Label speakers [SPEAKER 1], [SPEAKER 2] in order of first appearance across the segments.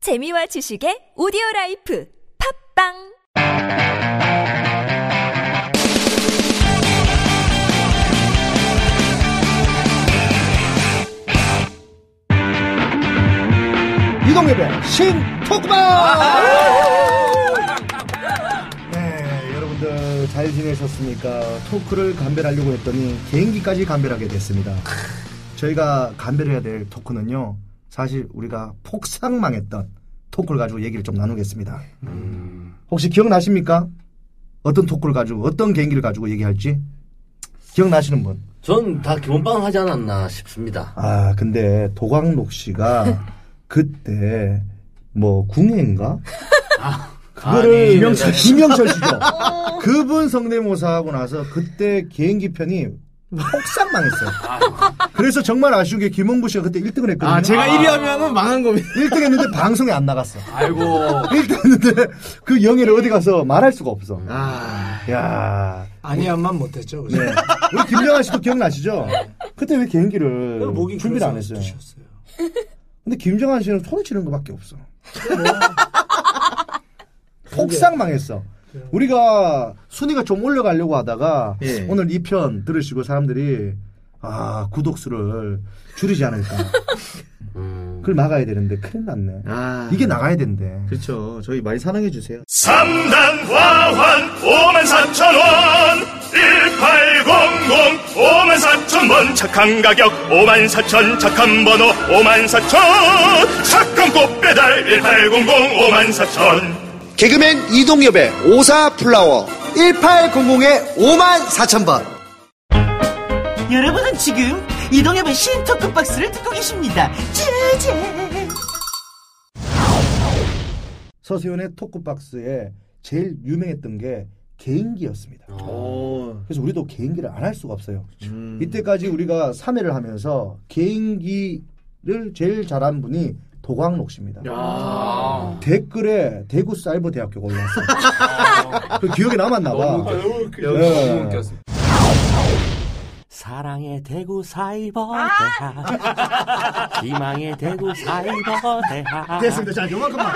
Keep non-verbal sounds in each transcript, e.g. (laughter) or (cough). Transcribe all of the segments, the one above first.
[SPEAKER 1] 재미와 지식의 오디오 라이프 팝빵
[SPEAKER 2] 이동엽의 신토크방! 네, 여러분들 잘 지내셨습니까? 토크를 감별하려고 했더니 개인기까지 감별하게 됐습니다. 저희가 감별해야 될 토크는요, 사실 우리가 폭삭망했던 토크를 가지고 얘기를 좀 나누겠습니다. 혹시 기억나십니까? 어떤 토크를 가지고, 어떤 개인기를 가지고 얘기할지? 기억나시는 분?
[SPEAKER 3] 전 다 기본빵 하지 않았나 싶습니다.
[SPEAKER 2] 아, 근데 도광록
[SPEAKER 4] (laughs)
[SPEAKER 2] 씨가 그때 뭐 궁예인가?
[SPEAKER 4] 아, 네,
[SPEAKER 2] 그거를
[SPEAKER 3] 김영철
[SPEAKER 2] 씨. 김영철
[SPEAKER 4] (laughs)
[SPEAKER 2] 씨죠.
[SPEAKER 4] 어.
[SPEAKER 2] 그분 성대모사하고 나서 그때 개인기 편이 폭삭 망했어요. 그래서 정말 아쉬운 게 김홍구 씨가 그때 1등을 했거든요.
[SPEAKER 4] 아, 제가 1위 하면은 망한 겁니다.
[SPEAKER 2] 1등 했는데 방송에 안 나갔어.
[SPEAKER 3] 아이고.
[SPEAKER 2] 1등 했는데 그 영예를 어디 가서 말할 수가 없어.
[SPEAKER 4] 아,
[SPEAKER 2] 야
[SPEAKER 4] 아니야만 못했죠.
[SPEAKER 2] 네.
[SPEAKER 4] 그죠?
[SPEAKER 2] 우리 김정아 씨도 기억나시죠? 그때 왜 개인기를
[SPEAKER 4] 목이
[SPEAKER 2] 준비를 안
[SPEAKER 4] 네. 그래서
[SPEAKER 2] 했어요?
[SPEAKER 4] 드셨어요.
[SPEAKER 2] 근데 김정한 씨는 소리치는 것밖에 없어. 폭삭 망했어. 우리가 순위가 좀 올려가려고 하다가
[SPEAKER 3] 예.
[SPEAKER 2] 오늘 이 편 들으시고 사람들이 아 구독수를 줄이지 않을까.
[SPEAKER 3] 음.
[SPEAKER 2] 그걸 막아야 되는데 큰일 났네.
[SPEAKER 4] 아,
[SPEAKER 2] 이게 나가야 된대.
[SPEAKER 4] 그렇죠. 저희 많이 사랑해 주세요.
[SPEAKER 5] 삼단 화환 5만 4천 원 1800, 5만 4천 원 착한 가격 5만 4천 착한 번호 5만 4천 사건 꽃 배달 1800, 5만 4천
[SPEAKER 6] 개그맨 이동엽의 오사 플라워 1800의 54,000번
[SPEAKER 7] 여러분은 지금 이동엽의 신토크 박스를 듣고 계십니다. 제제.
[SPEAKER 8] 네,
[SPEAKER 2] 서세훈의 토크박스에 제일 유명했던 게 개인기였습니다.
[SPEAKER 4] 오,
[SPEAKER 2] 그래서 우리도 개인기를 안 할 수가 없어요. 이때까지 우리가 3회를 하면서 개인기를 제일 잘한 분이 도광록 씨입니다.
[SPEAKER 4] 야,
[SPEAKER 2] 댓글에 대구 사이버 대학교가 올라왔어요. 그 기억에 남았나 봐. 네. 너무 웃겼어.
[SPEAKER 9] 사랑의 대구 사이버 대학 희망의 대구 사이버
[SPEAKER 2] (laughs)
[SPEAKER 9] 대학
[SPEAKER 2] 됐습니다. 자, 요만큼만.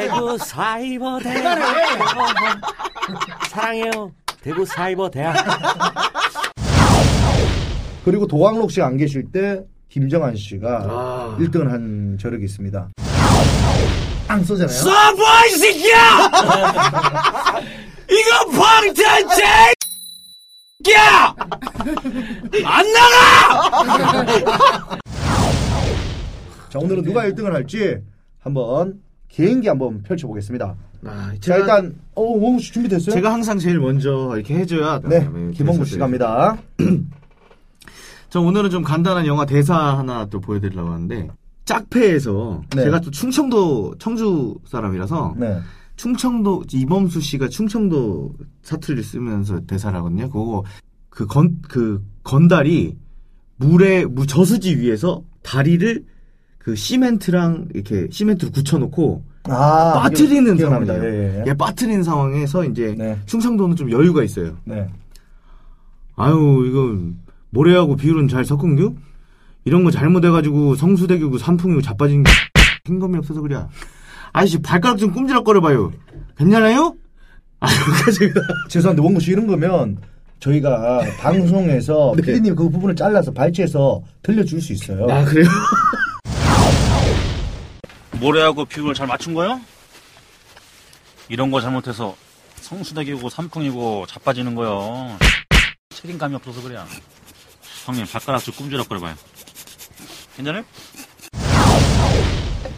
[SPEAKER 9] 대구 사이버 대학 사랑해요 대구 사이버 대학
[SPEAKER 2] 그리고 도광록 씨가 안 계실 때 김정한 씨가
[SPEAKER 4] 아.
[SPEAKER 2] 1등을 한 저력이 있습니다. 빵 쏘잖아요.
[SPEAKER 9] 아뭐
[SPEAKER 2] (laughs)
[SPEAKER 9] 이새끼야 이거 방탄제 야! 안 나가!
[SPEAKER 2] 자, 오늘은 누가 1등을 할지 한번 개인기 한번 펼쳐보겠습니다.
[SPEAKER 4] 아,
[SPEAKER 2] 자,
[SPEAKER 4] 제가
[SPEAKER 2] 일단, 어, 원우 씨 준비됐어요?
[SPEAKER 4] 제가 항상 제일 먼저 이렇게 해줘야.
[SPEAKER 9] 아,
[SPEAKER 2] 네,
[SPEAKER 4] 다음에
[SPEAKER 2] 김홍구
[SPEAKER 4] 그래서
[SPEAKER 2] 씨 갑니다.
[SPEAKER 4] 저 오늘은 좀 간단한 영화 대사 하나 또 보여드리려고 하는데 짝패에서
[SPEAKER 2] 네.
[SPEAKER 4] 제가 또 충청도 청주 사람이라서
[SPEAKER 2] 네.
[SPEAKER 4] 충청도 이범수 씨가 충청도 사투리를 쓰면서 대사를 하거든요. 그거 그 건 그 건달이 물에 무 저수지 위에서 다리를 그 시멘트랑 이렇게 시멘트로 굳혀놓고
[SPEAKER 2] 아,
[SPEAKER 4] 빠뜨리는
[SPEAKER 2] 기억- 기억납니다. 예,
[SPEAKER 4] 상황이에요.
[SPEAKER 2] 예, 예.
[SPEAKER 4] 예, 빠뜨리는 상황에서 이제
[SPEAKER 2] 네.
[SPEAKER 4] 충청도는 좀 여유가 있어요.
[SPEAKER 2] 네.
[SPEAKER 4] 아유 이거 모래하고 비율은 잘 섞은겨? 이런 거 잘못해가지고 성수대교고 삼풍이고 자빠진 흰검이 없어서 그래 아저씨 발가락 좀 꿈지락거려봐요 괜찮아요? 아 여기까지입니다
[SPEAKER 2] (laughs) 죄송한데 원고 씨 이런 거면 저희가 방송에서 피디님 그 부분을 잘라서 발췌해서 들려줄 수 있어요.
[SPEAKER 4] 그래요?
[SPEAKER 10] 모래하고 비율을 잘 맞춘 거요? 이런 거 잘못해서 성수대기고 삼풍이고 자빠지는 거요. 책임감이 없어서 그래요. 형님 발가락 좀 꿈지락거려봐요. 괜찮아요?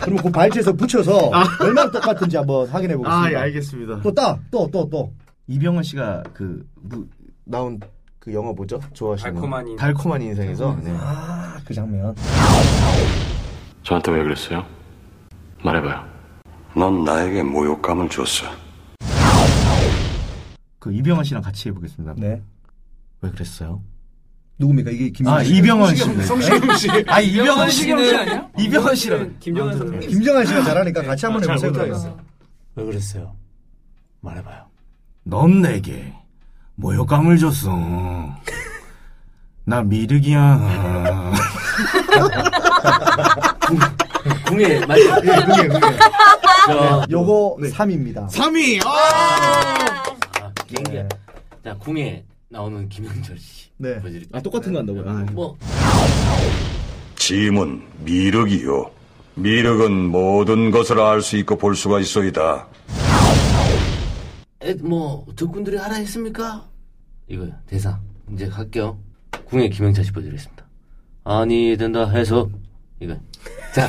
[SPEAKER 2] 그리고 그 발췌해서 붙여서 얼마나 똑같은지 한번 확인해 보겠습니다.
[SPEAKER 4] 아예 알겠습니다
[SPEAKER 2] 또 따, 또, 또, 또.
[SPEAKER 4] 이병헌 씨가 그 무- 나온 그 영화 뭐죠? 좋아하시는 달콤한 인생 달콤한 인생에서 네.
[SPEAKER 2] 아, 그 장면.
[SPEAKER 11] 저한테 왜 그랬어요? 말해봐요.
[SPEAKER 12] 넌 나에게 모욕감을 줬어.
[SPEAKER 4] 그 이병헌 씨랑 같이 해보겠습니다
[SPEAKER 2] 네.
[SPEAKER 4] 왜 그랬어요?
[SPEAKER 2] 누굽니까? 이게 김정한
[SPEAKER 4] 아
[SPEAKER 2] 씨.
[SPEAKER 4] 이병헌 씨 성시경 씨 아 이병헌 씨는 이병헌 씨랑
[SPEAKER 2] 김정한 씨가 잘하니까 같이 한번 해보세요. 그러면.
[SPEAKER 9] 왜 그랬어요? 말해봐요
[SPEAKER 4] 네. 넌 내게 모욕감을 줬어. 나 미륵이야.
[SPEAKER 3] 궁예 맞죠?
[SPEAKER 2] 예, 궁예, 궁예.
[SPEAKER 3] 저
[SPEAKER 2] 요거 3위입니다.
[SPEAKER 4] 3위.
[SPEAKER 3] 비행기야. 자 궁예 나오는 김영철 씨.
[SPEAKER 2] 네.
[SPEAKER 4] 아 똑같은 거 한다고요? 아,
[SPEAKER 3] 뭐
[SPEAKER 12] 짐은 미륵이요. 미륵은 모든 것을 알 수 있고 볼 수가 있어이다.
[SPEAKER 3] 에, 뭐 적군들이 하라 했습니까? 이거요 대사 이제 갈게요. 궁예 김영철 씨 보여드리겠습니다. 아니 된다 해서 이거.
[SPEAKER 2] (laughs)
[SPEAKER 3] 자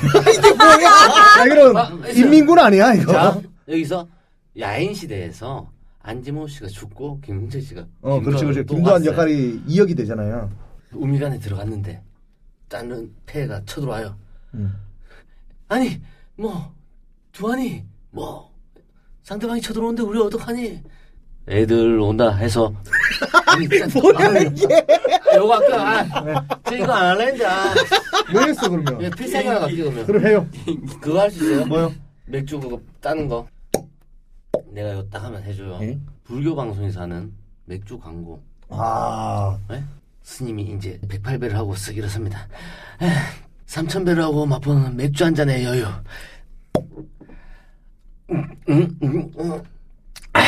[SPEAKER 2] 아, 이런
[SPEAKER 3] 아, 있어요.
[SPEAKER 2] 인민군 아니야 이거?
[SPEAKER 3] 자, 여기서 야인 시대에서 안지모 씨가 죽고 김홍철 씨가
[SPEAKER 2] 어, 그렇지, 그렇지.
[SPEAKER 3] 또
[SPEAKER 2] 김도한
[SPEAKER 3] 왔어요.
[SPEAKER 2] 역할이 2역이 되잖아요.
[SPEAKER 3] 우미관에 들어갔는데 다른 폐가 쳐들어와요.
[SPEAKER 2] 음.
[SPEAKER 3] 아니 뭐 두환이 뭐 상대방이 쳐들어오는데 우리 어떡하니? 애들 온다 해서 (laughs) 아니, 뭐야 이게? 요거 아까 아, 저 이거 안 할라 했는데 아,
[SPEAKER 2] 왜 했어 그러면?
[SPEAKER 3] 이거 필살기 하나 갈게요 그러면
[SPEAKER 2] 그럼 해요.
[SPEAKER 3] 그거 할 수 있어요?
[SPEAKER 2] 뭐요?
[SPEAKER 3] 맥주 그거 따는 거 내가 이거 딱 하면 해줘요 불교 방송에서 하는 맥주 광고
[SPEAKER 2] 아,
[SPEAKER 3] 예? 스님이 이제 108배를 하고 쓱 일어섭니다 3000배를 하고 맛보는 맥주 한 잔의 여유 음, 음, 음, 음. 아,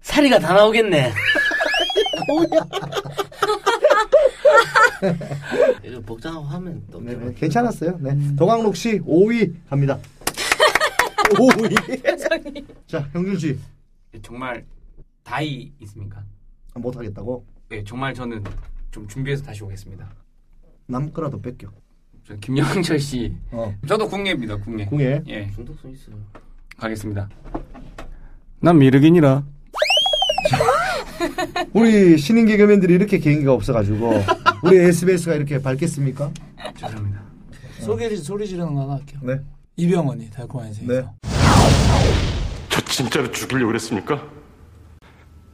[SPEAKER 3] 사리가 다 나오겠네 이거 복장하고 하면 또
[SPEAKER 2] 네, 네. 괜찮았어요. 네. 도광록 씨 5위 (laughs) 갑니다. 5위. 자, 형준 씨
[SPEAKER 8] 정말 다이 있습니까?
[SPEAKER 2] 아, 못하겠다고
[SPEAKER 8] 네, 정말 저는 좀 준비해서 다시 오겠습니다.
[SPEAKER 2] 남 거라도 뺏겨.
[SPEAKER 8] 저 김영철 씨.
[SPEAKER 2] 어. 음.
[SPEAKER 8] 저도 국내입니다, 국내.
[SPEAKER 2] 궁예.
[SPEAKER 8] 예,
[SPEAKER 3] 중독성 있어요
[SPEAKER 8] 가겠습니다. 난 미륵이니라.
[SPEAKER 2] 우리 신인 개그맨들이 이렇게 개인기가 없어가지고 (laughs) 우리 SBS가 이렇게 밝겠습니까?
[SPEAKER 8] 죄송합니다.
[SPEAKER 9] 소리, 소리 지르는 거 하나 할게요.
[SPEAKER 2] 네.
[SPEAKER 9] 이병헌이 달콤한 인생.
[SPEAKER 2] 네.
[SPEAKER 11] 저 진짜로 죽이려고 그랬습니까?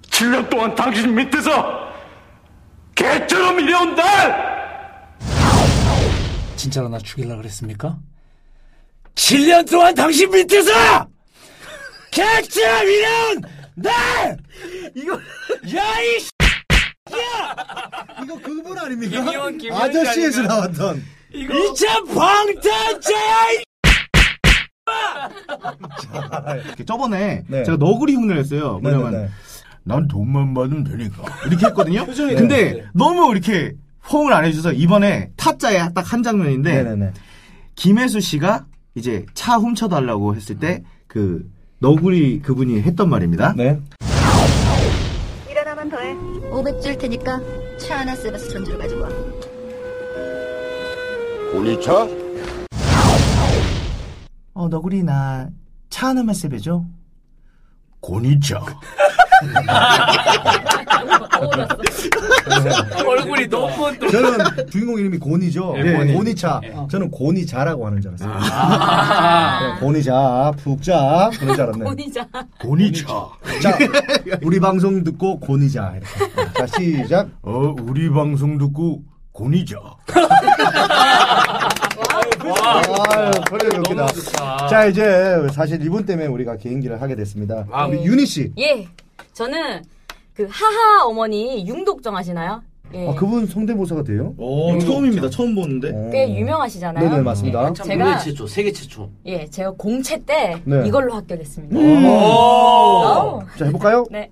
[SPEAKER 11] 7년 동안 당신 밑에서 개처럼 일해온 날!
[SPEAKER 9] 진짜로 나 죽일라 그랬습니까? 7년 동안 당신 밑에서 개처럼 이런 날
[SPEAKER 2] 이거
[SPEAKER 9] 야이
[SPEAKER 2] 이거 그분 아닙니까?
[SPEAKER 8] 김희원, 김희원
[SPEAKER 2] 아저씨에서
[SPEAKER 8] 아닌가?
[SPEAKER 2] 나왔던
[SPEAKER 8] 이거
[SPEAKER 9] 이참 방탄자야 이
[SPEAKER 4] 저번에
[SPEAKER 2] 네.
[SPEAKER 4] 제가 너구리 흉내를 했어요. 뭐냐면
[SPEAKER 2] 네네네.
[SPEAKER 4] 난 돈만 받으면 되니까 이렇게 (laughs) 네, 했거든요. 근데 너무 이렇게 호응을 안 해줘서 이번에 타짜에 딱 한 장면인데
[SPEAKER 2] 네네네.
[SPEAKER 4] 김혜수 씨가 이제 차 훔쳐달라고 했을 때 그 너구리 그분이 했던 말입니다.
[SPEAKER 2] 네.
[SPEAKER 13] 일어나면 더해. 500 줄 테니까 차 하나 세바스 전주로 가지고 와.
[SPEAKER 12] 우리 차?
[SPEAKER 4] 어 너구리 나 차 하나만 세배줘. 고니차.
[SPEAKER 8] 얼굴이 너무 또
[SPEAKER 2] 저는 주인공 이름이 곤이죠.
[SPEAKER 8] 예, 곤이.
[SPEAKER 2] 곤이차.
[SPEAKER 8] 예.
[SPEAKER 2] 저는 곤이자라고 하는 줄 알았어요.
[SPEAKER 8] 아.
[SPEAKER 2] 네, 곤이자, 푹자 그런 줄 알았네.
[SPEAKER 1] 본이자.
[SPEAKER 4] 고니차.
[SPEAKER 2] 자, 우리 방송 듣고 곤이자 이렇게. 자, 시작.
[SPEAKER 4] 어 우리 방송 듣고 고니차.
[SPEAKER 2] 아유, 그래 여기다. 자, 이제 사실 이분 때문에 우리가 개인기를 하게 됐습니다.
[SPEAKER 8] 아.
[SPEAKER 2] 우리 윤희 씨.
[SPEAKER 14] 예. 저는 그 하하 어머니 융독정 아시나요? 예.
[SPEAKER 2] 아, 그분 성대모사가 돼요? 어.
[SPEAKER 4] 오, 처음입니다. 처음 보는데.
[SPEAKER 14] 꽤 유명하시잖아요.
[SPEAKER 2] 네네, 맞습니다.
[SPEAKER 14] 예, 제가
[SPEAKER 3] 최초 세계 최초
[SPEAKER 14] 예, 제가 공채 때
[SPEAKER 2] 네.
[SPEAKER 14] 이걸로 합격했습니다.
[SPEAKER 2] 음.
[SPEAKER 14] 오.
[SPEAKER 2] 자, 해볼까요?
[SPEAKER 14] 네.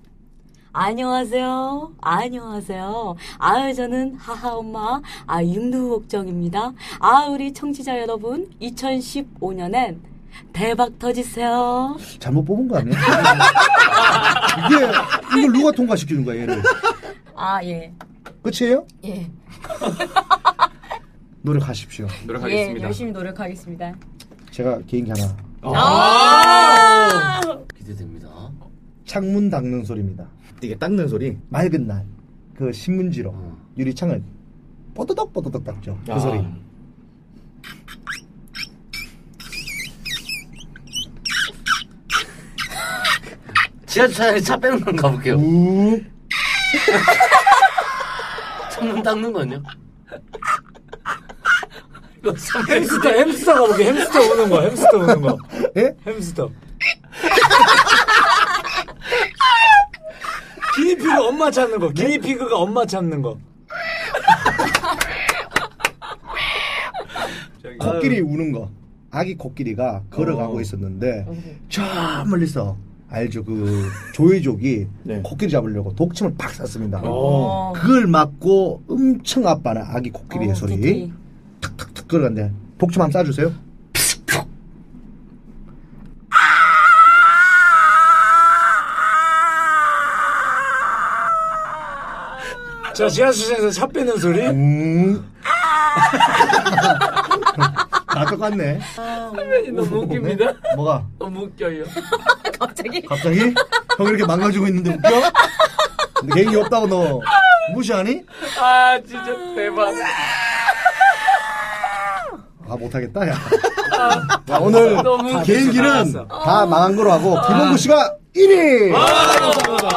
[SPEAKER 14] 안녕하세요. 안녕하세요. 아유, 저는 하하 엄마, 아, 윤두옥정입니다. 아, 우리 청취자 여러분, 2015년엔 대박 터지세요.
[SPEAKER 2] 잘못 뽑은 거 아니에요? (laughs) 이게, 이걸 누가 통과시키는 거야, 얘를.
[SPEAKER 14] 아, 예.
[SPEAKER 2] 끝이에요?
[SPEAKER 14] 예.
[SPEAKER 2] 노력하십시오.
[SPEAKER 14] 예, 열심히 노력하겠습니다.
[SPEAKER 2] 제가 개인기 하나.
[SPEAKER 14] 아!
[SPEAKER 3] 기대됩니다.
[SPEAKER 2] 창문 닦는 소리입니다.
[SPEAKER 4] 이게 닦는 소리. 어.
[SPEAKER 2] 맑은 날, 그 신문지로 유리창을 뽀드덕 뽀드덕 닦죠. 그
[SPEAKER 4] 아.
[SPEAKER 2] 소리.
[SPEAKER 3] 지하철에 차 빼는 건 가볼게요.
[SPEAKER 2] 우.
[SPEAKER 3] (laughs) 창문 닦는 건요? 이거
[SPEAKER 9] 햄스터 햄스터 가보게 햄스터 우는 거 햄스터 우는 거
[SPEAKER 2] 예?
[SPEAKER 9] 햄스터 기니피그 엄마 찾는 거 기니피그가 엄마 찾는 거
[SPEAKER 2] 코끼리 우는 거. 아기 코끼리가 걸어가고 있었는데 저 멀리서 알죠 그 조이족이
[SPEAKER 8] (laughs) 네.
[SPEAKER 2] 코끼리 잡으려고 독침을 팍 쐈습니다.
[SPEAKER 8] 어.
[SPEAKER 15] 오.
[SPEAKER 2] 그걸 맞고 엄청 아빠는 아기 코끼리의 소리
[SPEAKER 15] 코끼리.
[SPEAKER 2] 탁탁탁 걸어간대. 독침 한번 쏴주세요.
[SPEAKER 9] 자, 지하수에서 차 빼는 소리?
[SPEAKER 2] (laughs) 다 똑같네. 어,
[SPEAKER 8] 선배님 너무 웃깁니다.
[SPEAKER 2] 뭐가?
[SPEAKER 8] 너무 웃겨요.
[SPEAKER 14] 갑자기?
[SPEAKER 2] 갑자기? 형 이렇게 망가지고 있는데 웃겨? 근데 개인기 없다고 너 무시하니?
[SPEAKER 8] 아 진짜 대박.
[SPEAKER 2] 아 못하겠다 야. 야, 오늘
[SPEAKER 8] 아, 너무 웃겨.
[SPEAKER 2] 개인기는
[SPEAKER 8] 알았어. 아.
[SPEAKER 2] 다 망한 거로 하고 김원구 씨가 1위!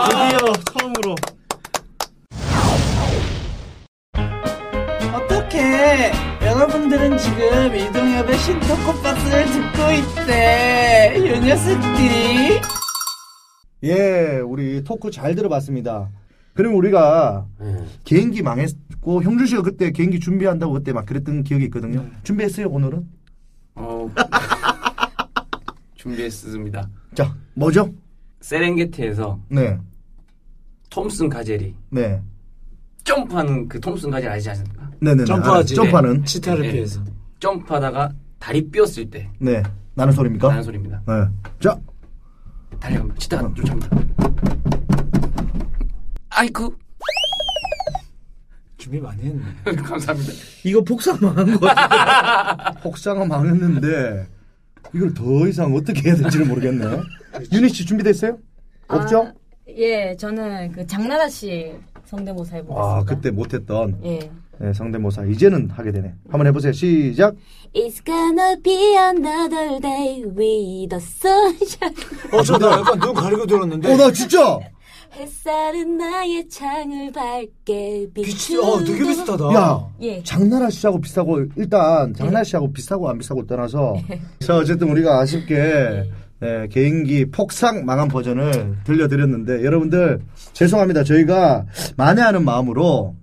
[SPEAKER 4] 드디어 처음으로.
[SPEAKER 7] 어떡해. 여러분들은 지금 이동엽의 신토코 박스를 듣고 있대. 요 녀석들이.
[SPEAKER 2] 예, 우리 토크 잘 들어봤습니다. 그럼 우리가
[SPEAKER 3] 네.
[SPEAKER 2] 개인기 망했고 형준 씨가 그때 개인기 준비한다고 그때 막 그랬던 기억이 있거든요.
[SPEAKER 8] 네.
[SPEAKER 2] 준비했어요 오늘은?
[SPEAKER 8] 어, (laughs) 준비했습니다.
[SPEAKER 2] 자, 뭐죠?
[SPEAKER 8] 세렝게티에서
[SPEAKER 2] 네,
[SPEAKER 8] 톰슨 가젤이
[SPEAKER 2] 네,
[SPEAKER 8] 점프하는 그 톰슨 가젤 아시지 않습니까?
[SPEAKER 2] 네네네.
[SPEAKER 8] 점프하지.
[SPEAKER 2] 아, 점프하는.
[SPEAKER 8] 네.
[SPEAKER 2] 치타를 피해서.
[SPEAKER 8] 점프하다가 다리 삐었을 때
[SPEAKER 2] 네. 나는 소리입니까?
[SPEAKER 8] 나는 소리입니다.
[SPEAKER 2] 네. 자,
[SPEAKER 8] 달려갑니다.
[SPEAKER 3] 음.
[SPEAKER 8] 치타가 쫓아갑니다. (laughs) 아이쿠.
[SPEAKER 9] 준비 많이 했네.
[SPEAKER 8] 감사합니다.
[SPEAKER 2] 이거 폭삭 망한 거 (laughs) 같아. 폭삭은 망했는데 이걸 더 이상 어떻게 해야 될지를 모르겠네. 유니 씨 준비됐어요? 없죠?
[SPEAKER 14] 예, 저는 그 장나라 씨 성대모사 해보겠습니다.
[SPEAKER 2] 아, 그때 못했던
[SPEAKER 14] 네. 예.
[SPEAKER 2] 네, 상대모사 이제는 하게 되네. 한번 해보세요. 시작.
[SPEAKER 16] It's gonna be another day with the sunshine.
[SPEAKER 9] 어, 저 나 약간 눈 가리고 들었는데.
[SPEAKER 2] 아, 어, 나 진짜!
[SPEAKER 16] 햇살은 나의 창을 밝게 비추.
[SPEAKER 9] 어, 되게 비슷하다.
[SPEAKER 2] 야,
[SPEAKER 16] 예.
[SPEAKER 2] 장나라 씨하고 비싸고 일단 장나라 씨하고 비싸고 안 비싸고 떠나서 자 어쨌든 우리가 아쉽게 네, 개인기 폭삭 망한 버전을 들려드렸는데 여러분들 죄송합니다 저희가 만회하는 마음으로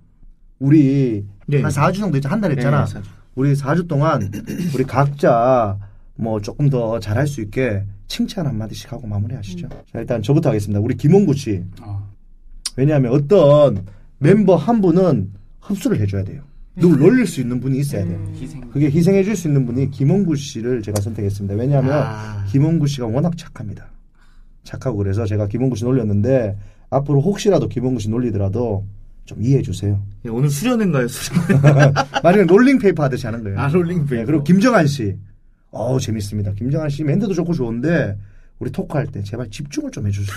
[SPEAKER 2] 우리 한 4주 정도 했죠 한 달 했잖아
[SPEAKER 4] 네, 사 주.
[SPEAKER 2] 우리 4주 동안 우리 각자 뭐 조금 더 잘할 수 있게 칭찬 한마디씩 하고 마무리하시죠 자 일단 저부터 하겠습니다 우리 김홍구 씨 왜냐하면 어떤 멤버 한 분은 흡수를 해줘야 돼요. 누굴 놀릴 수 있는 분이 있어야 돼요. 그게 네. 희생해줄 수 있는 분이 김홍구 씨를 제가 선택했습니다. 왜냐하면 김홍구 씨가 워낙 착합니다. 착하고 그래서 제가 김홍구 씨 놀렸는데 앞으로 혹시라도 김홍구 씨 놀리더라도 좀 이해해 (laughs) 주세요.
[SPEAKER 4] 예,
[SPEAKER 2] 오늘 수련인가요? 수련. 만약에 롤링페이퍼 하듯이 하는 거예요. 아, 롤링페이퍼. 그리고 김정한 씨. 어우, 재밌습니다. 김정한 씨 멘트도 좋고 좋은데 우리 토크할 때 제발 집중을 좀 해주세요.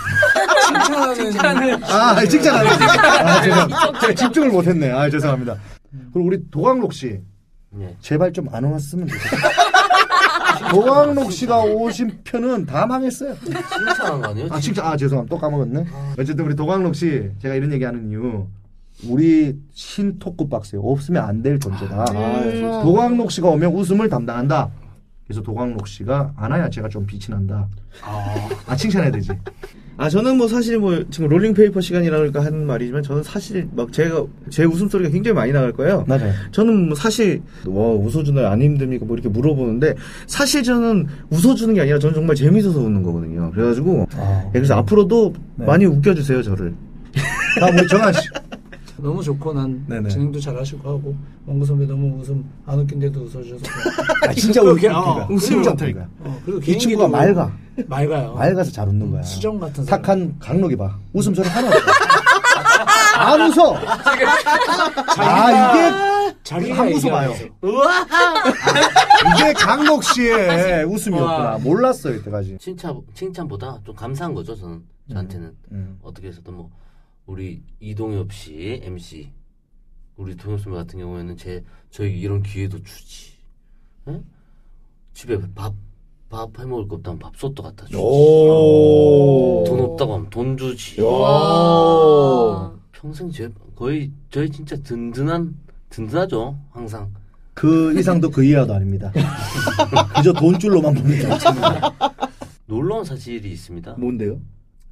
[SPEAKER 9] 칭찬하는.
[SPEAKER 2] 아, 직장 안 했네. 아, 죄송합니다. 제가 집중을 못했네. 아, 죄송합니다. 그리고 우리 도광록 씨. 제발 좀 안 왔으면 좋겠어요. 도광록 씨가 오신 편은 다 망했어요.
[SPEAKER 3] 칭찬한 거 아니에요?
[SPEAKER 2] 아, 진짜, 아, 죄송합니다. 또 까먹었네. 어쨌든 우리 도광록 씨, 제가 이런 얘기 하는 이유. 우리 신토크 박스에 없으면 안 될 존재다.
[SPEAKER 15] 음.
[SPEAKER 2] 도광록 씨가 오면 웃음을 담당한다. 그래서 도광록 씨가 안 와야 제가 좀 빛이 난다. 아, 칭찬해야 되지.
[SPEAKER 4] 아 저는 뭐 사실 뭐 지금 롤링페이퍼 시간이라니까 하는 말이지만 저는 사실 막 제가 제 웃음소리가 굉장히 많이 나갈 거예요.
[SPEAKER 2] 맞아요.
[SPEAKER 4] 저는 뭐 사실 와 웃어주나요 안 힘듭니까 뭐 이렇게 물어보는데 사실 저는 웃어주는 게 아니라 저는 정말 재밌어서 웃는 거거든요. 그래가지고 예, 그래서 앞으로도 많이 웃겨주세요 저를.
[SPEAKER 2] 다음 우리 정한 씨.
[SPEAKER 15] 너무 좋고 난
[SPEAKER 4] 네네.
[SPEAKER 15] 진행도 잘하시고 하고 원구 선배 너무 웃음 안 웃긴데도 웃어주셔서
[SPEAKER 2] 아, 진짜
[SPEAKER 15] 그거
[SPEAKER 2] 웃긴
[SPEAKER 15] 그냥,
[SPEAKER 2] 거야.
[SPEAKER 15] 어,
[SPEAKER 2] 웃음을
[SPEAKER 15] 그리고-
[SPEAKER 2] 못하니까.
[SPEAKER 15] 어, 그리고
[SPEAKER 2] 이
[SPEAKER 15] 개인기도
[SPEAKER 2] 친구가 맑아.
[SPEAKER 15] 맑아요.
[SPEAKER 2] 맑아서 잘 웃는 거야.
[SPEAKER 15] 수정 같은 사람.
[SPEAKER 2] 착한 강록이 봐. 웃음소리 하나 없어. 안 웃어. 아, 이게
[SPEAKER 15] 자기가
[SPEAKER 2] 안 웃어봐요.
[SPEAKER 15] 얘기하면서.
[SPEAKER 7] 우와!
[SPEAKER 2] 이게 강록 씨의 웃음이었구나.
[SPEAKER 3] 와.
[SPEAKER 2] 몰랐어요, 이때까지.
[SPEAKER 3] 칭찬 칭찬보다 좀 감사한 거죠 저는 저한테는
[SPEAKER 2] 음.
[SPEAKER 3] 어떻게 해서든 뭐 우리 이동엽 씨 MC 우리 동엽 선배 같은 경우에는 제 저희 이런 기회도 주지 응? 집에 밥 밥 해 먹을 거 없다면 밥솥도 갖다 주지 돈 없다고 하면 돈 주지 평생 제 거의 저희 진짜 든든한 든든하죠 항상
[SPEAKER 2] 그 이상도 그 이하도 아닙니다. 그저 돈줄로만 봅니다.
[SPEAKER 3] 놀라운 사실이 있습니다
[SPEAKER 2] 뭔데요?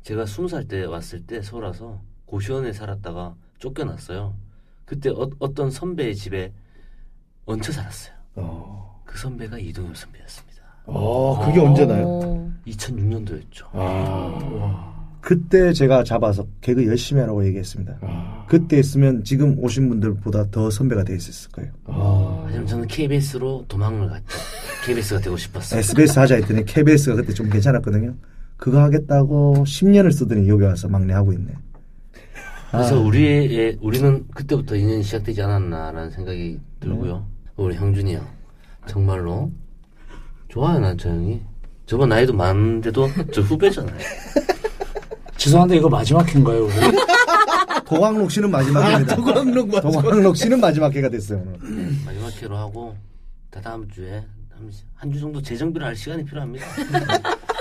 [SPEAKER 3] 제가 스무 살 때 왔을 때 서울 와서 고시원에 살았다가 쫓겨났어요. 그때 어, 떤 선배의 집에 얹혀 살았어요. 그 선배가 이동엽 선배였습니다.
[SPEAKER 4] 아, 그게 언제나요?
[SPEAKER 3] 2006년도였죠.
[SPEAKER 2] 그때 제가 잡아서 개그 열심히 하라고 얘기했습니다. 그때 했으면 지금 오신 분들보다 더 선배가 돼 있었을 거예요.
[SPEAKER 3] 하지만 저는 KBS로 도망을 갔죠. KBS가 되고 싶었어요.
[SPEAKER 2] SBS 하자 했더니 KBS가 그때 좀 괜찮았거든요. 그거 하겠다고 10년을 쓰더니 여기 와서 막내 하고 있네.
[SPEAKER 3] 그래서
[SPEAKER 8] 네.
[SPEAKER 2] 아.
[SPEAKER 3] 우리의 우리는 그때부터 인연이 시작되지 않았나라는 생각이 들고요.
[SPEAKER 8] 네.
[SPEAKER 3] 우리 형준이 형 정말로 좋아요 난 저 형이 저번 나이도 많은데도 저 후배잖아요.
[SPEAKER 8] (laughs)
[SPEAKER 9] 죄송한데 이거 마지막 인가요?
[SPEAKER 2] 도광록 씨는 마지막입니다.
[SPEAKER 9] 아, 도광록 마지막.
[SPEAKER 2] 도광록 씨는 마지막 회가 됐어요 오늘.
[SPEAKER 3] 마지막 회로 하고 다 다음 주에 한 주 정도 재정비를 할
[SPEAKER 8] (laughs)
[SPEAKER 3] 시간이 필요합니다.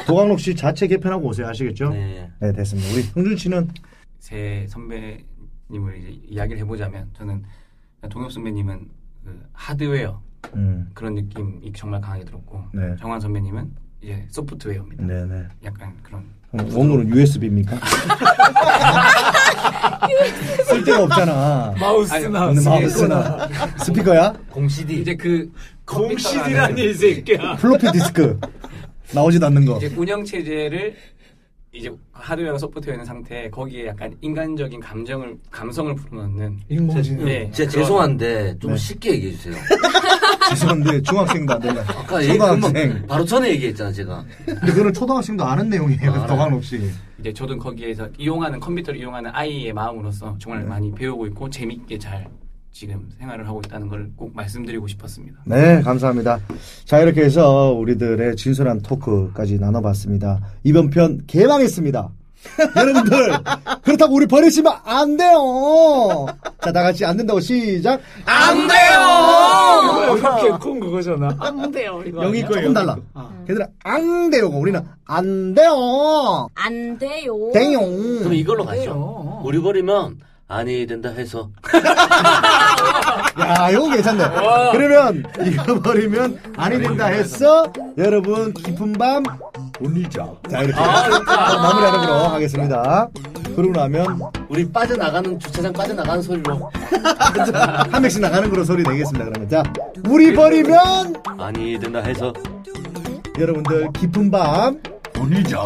[SPEAKER 2] 도광록 씨 자체 개편하고 오세요 아시겠죠?
[SPEAKER 8] 네.
[SPEAKER 2] 됐습니다. 우리 형준 씨는
[SPEAKER 8] 새 선배님을 이제 이야기를 해보자면 저는 동엽 선배님은 그 하드웨어
[SPEAKER 2] 음.
[SPEAKER 8] 그런 느낌이 정말 강하게 들었고
[SPEAKER 2] 네.
[SPEAKER 8] 정환 선배님은 이제 소프트웨어입니다.
[SPEAKER 2] 네네.
[SPEAKER 8] 약간 그런
[SPEAKER 2] 원고는 USB입니까? 쓸데가 없잖아.
[SPEAKER 8] 마우스나
[SPEAKER 2] 아니, 마우스나 스피커야?
[SPEAKER 8] 공 CD 이제 그
[SPEAKER 9] 공시디라니 이 새끼야.
[SPEAKER 2] 플로피 디스크 나오지도 않는 거.
[SPEAKER 8] 이제 운영 체제를 이제 하드웨어 소프트웨어 있는 상태에 거기에 약간 인간적인 감정을 감성을 불어넣는
[SPEAKER 2] 인공지능.
[SPEAKER 8] 네, 그런-
[SPEAKER 3] 진짜 죄송한데 좀
[SPEAKER 8] 네.
[SPEAKER 3] 쉽게 얘기해 주세요.
[SPEAKER 2] 죄송한데 중학생도 안 된다.
[SPEAKER 3] 아까 얘기
[SPEAKER 2] 초등학생.
[SPEAKER 3] 금방 바로 전에 얘기했잖아 제가.
[SPEAKER 2] 근데 그는 초등학생도 아는 내용이에요.
[SPEAKER 8] 알아요.
[SPEAKER 2] 도광록 씨.
[SPEAKER 8] 이제 저도 거기에서 이용하는 컴퓨터를 이용하는 아이의 마음으로서 정말
[SPEAKER 2] 네.
[SPEAKER 8] 많이 배우고 있고 재밌게 잘 지금 생활을 하고 있다는 걸 꼭 말씀드리고 싶었습니다.
[SPEAKER 2] 네, 감사합니다. 자, 이렇게 해서 우리들의 진솔한 토크까지 나눠봤습니다. 이번 편 개망했습니다. (laughs) 여러분들, 그렇다고 우리 버리시면 안 돼요! 자, 다 같이 안 된다고 시작!
[SPEAKER 9] 안
[SPEAKER 2] 돼요!
[SPEAKER 9] 이렇게 콩 그거잖아. 안 돼요 이거.
[SPEAKER 2] 여기 조금 달라. 걔들은 안 돼요고 우리는 안 돼요!
[SPEAKER 14] 안 돼요.
[SPEAKER 2] 돼요!
[SPEAKER 3] 그럼 이걸로 가죠. 우리 버리면 아니 된다 해서
[SPEAKER 2] 야, 이거 아, 괜찮네.
[SPEAKER 3] 와.
[SPEAKER 2] 그러면 이거 버리면 아니 된다 했어? 여러분, 깊은 밤 올리자. 자, 이렇게 (laughs) 마무리하는 걸로 하겠습니다. 그러고 나면
[SPEAKER 3] 우리 빠져나가는 주차장 빠져나가는 소리로
[SPEAKER 2] 한 명씩 나가는 걸로 소리 내겠습니다. 그러면 자, 우리 버리면
[SPEAKER 3] 아니 된다 해서
[SPEAKER 2] 여러분들 깊은 밤 보내죠.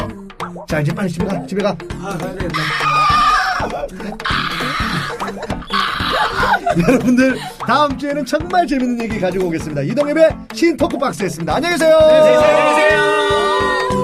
[SPEAKER 2] 자 이제 빨리 집에 가 (laughs) 집에 가. 여러분들 다음 주에는 정말 재밌는 얘기 가지고 오겠습니다. 이동엽의 신 토크박스였습니다. 안녕히 계세요.
[SPEAKER 9] 안녕히 계세요.